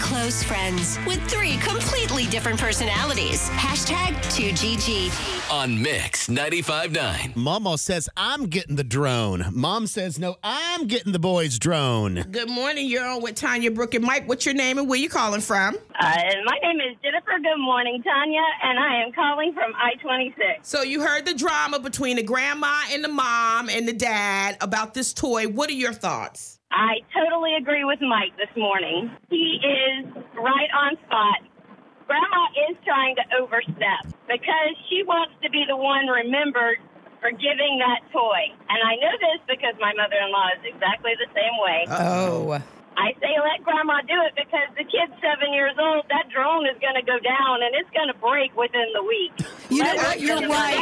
close friends with three completely different personalities. Hashtag 2GG. on Mix 95.9. Momo says, I'm getting the drone. Mom says, no, I'm getting the boy's drone. Good morning. You're on with Tanya, Brooke, and Mike. What's your name and where you calling from? Uh, my name is Jennifer. Good morning, Tanya, and I am calling from I 26. So you heard the drama between the grandma and the mom and the dad about this toy. What are your thoughts? I totally agree with Mike this morning. He is right on spot. Grandma is trying to overstep because she wants to be the one remembered for giving that toy. And I know this because my mother in law is exactly the same way. Oh. I say let grandma do it because the kid's seven years old. That drone is going to go down and it's going to break within the week. You know Let her what? You're do it. right.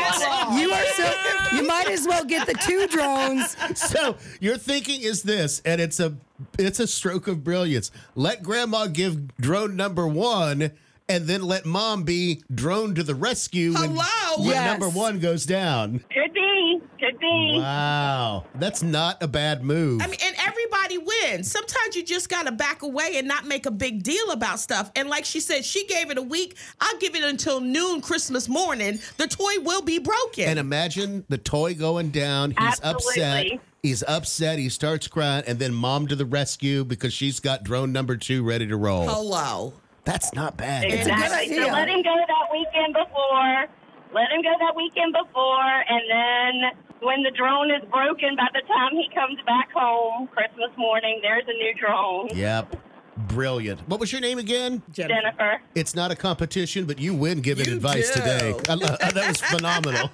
You are so. You might as well get the two drones. so your thinking is this, and it's a it's a stroke of brilliance. Let grandma give drone number one, and then let mom be drone to the rescue when, Hello? when Yes. number one goes down. Could be. Could be. Wow. That's not a bad move. I mean, and everybody wins. Sometimes you just got to back away and not make a big deal about stuff. And like she said, she gave it a week. I'll give it until noon Christmas morning. The toy will be broken. And imagine the toy going down. He's upset. Absolutely. He's upset. He starts crying, and then mom to the rescue because she's got drone number two ready to roll. Hello. That's not bad. It's a good Exactly. idea. So let him go that weekend before. Let him go that weekend before, and then when the drone is broken, by the time he comes back home Christmas morning, there's a new drone. Yep. Brilliant. What was your name again? Jennifer. It's not a competition, but you win giving You advice do. today. I lo- that was phenomenal.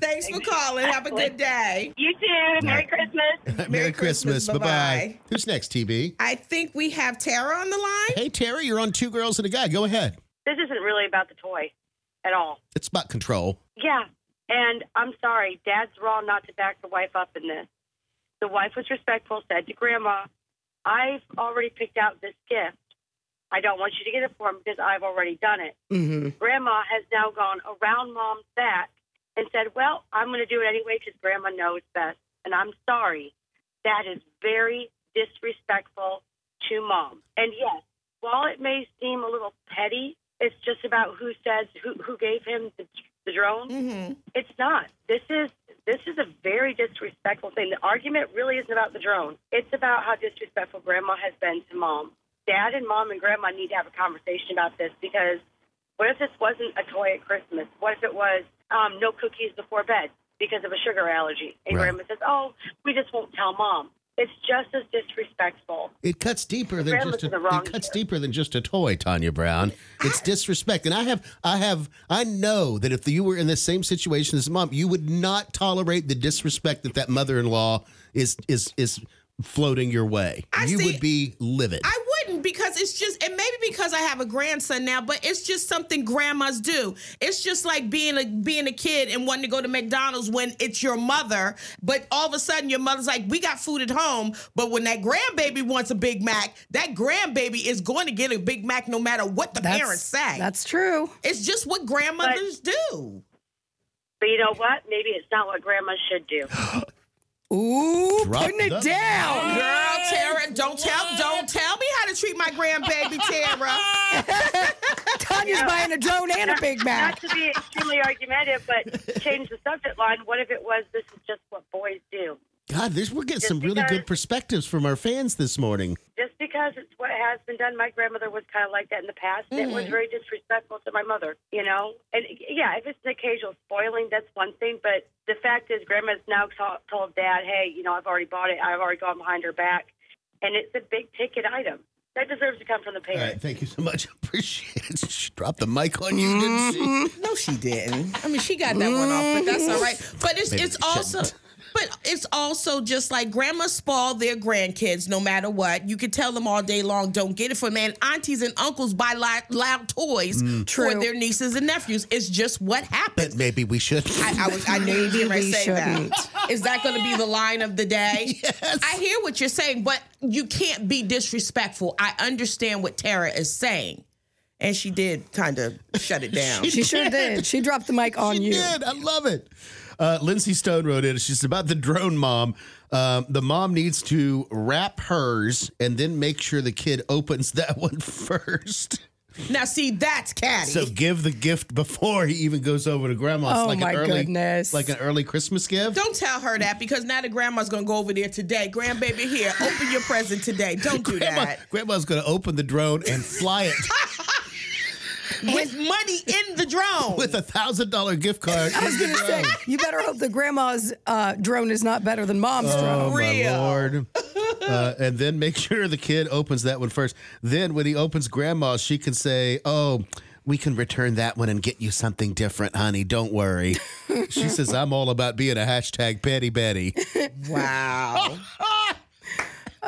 Thanks for calling. Have a good day. You too. Merry Christmas. Merry, Christmas. Bye bye. Bye-bye. Who's next, TB? I think we have Tara on the line. Hey, Terry, you're on Two Girls and a Guy. Go ahead. This isn't really about the toy at all. It's about control. Yeah. And I'm sorry, Dad's wrong not to back the wife up in this. The wife was respectful, said to Grandma, I've already picked out this gift. I don't want you to get it for him because I've already done it. Mm-hmm. Grandma has now gone around Mom's back and said, Well, I'm going to do it anyway because Grandma knows best. And I'm sorry. That is very disrespectful to Mom. And yes, while it may seem a little petty, it's just about who says who, who gave him the, the drone. Mm-hmm. It's not. This is this is a very disrespectful thing. The argument really isn't about the drone. It's about how disrespectful grandma has been to mom. Dad and mom and grandma need to have a conversation about this because what if this wasn't a toy at Christmas? What if it was um, no cookies before bed because of a sugar allergy? And Right. grandma says, "Oh, we just won't tell mom." It's just as disrespectful. It cuts deeper than Grandma's just in a, the wrong it cuts chair. deeper than just a toy, Tanya Brown. It's disrespect, and I have I have I know that if you were in the same situation as mom, you would not tolerate the disrespect that that mother-in-law is is is floating your way. I you see- would be livid. I wouldn't because it's just, and maybe because I have a grandson now, but it's just something grandmas do. It's just like being a being a kid and wanting to go to McDonald's when it's your mother, but all of a sudden your mother's like, "We got food at home," but when that grandbaby wants a Big Mac, that grandbaby is going to get a Big Mac no matter what the parents say. That's true. it's just what grandmothers do. But you know what? Maybe it's not what grandma should do. Ooh, Drop putting it the- down. Girl, Tara, don't tell, don't tell me how to treat my grandbaby, Tara. Tanya's buying a drone and a Big Mac. Not to be extremely argumentative, but change the subject line. What if it was this is just what boys do? God, there's, we're getting Just some really good because- perspectives from our fans this morning. Just because it's what has been done, my grandmother was kind of like that in the past. It was very disrespectful to my mother, you know? And yeah, if it's an occasional spoiling, that's one thing. But the fact is, grandma's now t- told dad, hey, you know, I've already bought it, I've already gone behind her back. And it's a big ticket item. That deserves to come from the All parents. right, thank you so much. Appreciate it. She dropped the mic on you, didn't she? No, she didn't. I mean, she got that one off, but that's all right. But it's Maybe it's she also. shouldn't. But it's also just like grandma spoil their grandkids no matter what. You can tell them all day long, don't get it for man. Aunties and uncles buy loud, loud toys for True. their nieces and nephews. It's just what Mm. But happens. maybe we should. I, I, was, I knew you were Maybe going we to say shouldn't. that. Is that going to be the line of the day? Yes. I hear what you're saying, but you can't be disrespectful. I understand what Tara is saying. And she did kind of shut it down. She sure did. She dropped the mic on she you. did. I love it. Uh, Lindsay Stone wrote in. She's about the drone mom. Um, the mom needs to wrap hers and then make sure the kid opens that one first. Now, see, that's catty. So give the gift before he even goes over to grandma's. Oh, like my an early, goodness. Like an early Christmas gift. don't tell her that because now the grandma's gonna go over there today. Grandbaby, here, open your present today. Don't do Grandma, that. grandma's going to open the drone and fly it With money in the drone. with a thousand dollar gift card. I was going to Say, you better hope the grandma's uh, drone is not better than mom's drone. Oh my Real. lord! Uh, and then make sure the kid opens that one first. Then when he opens grandma's, she can say, "Oh, we can return that one and get you something different, honey. Don't worry." she says, "I'm all about being a hashtag petty Betty." wow.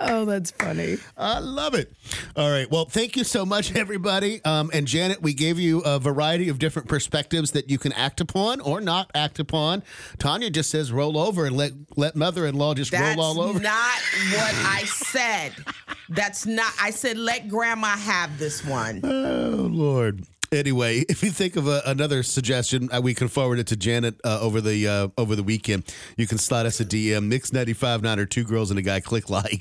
Oh, that's funny. I love it. All right. Well, thank you so much, everybody. Um, and Janet, we gave you a variety of different perspectives that you can act upon or not act upon. Tanya just says roll over and let let mother-in-law just That's roll all over. not what I said. That's not. I said let grandma have this one. Oh Lord. Anyway, if you think of a, another suggestion, uh, we can forward it to Janet uh, over the uh, over the weekend. You can slide us a DM, Mix ninety five nine or two girls and a guy. Click like.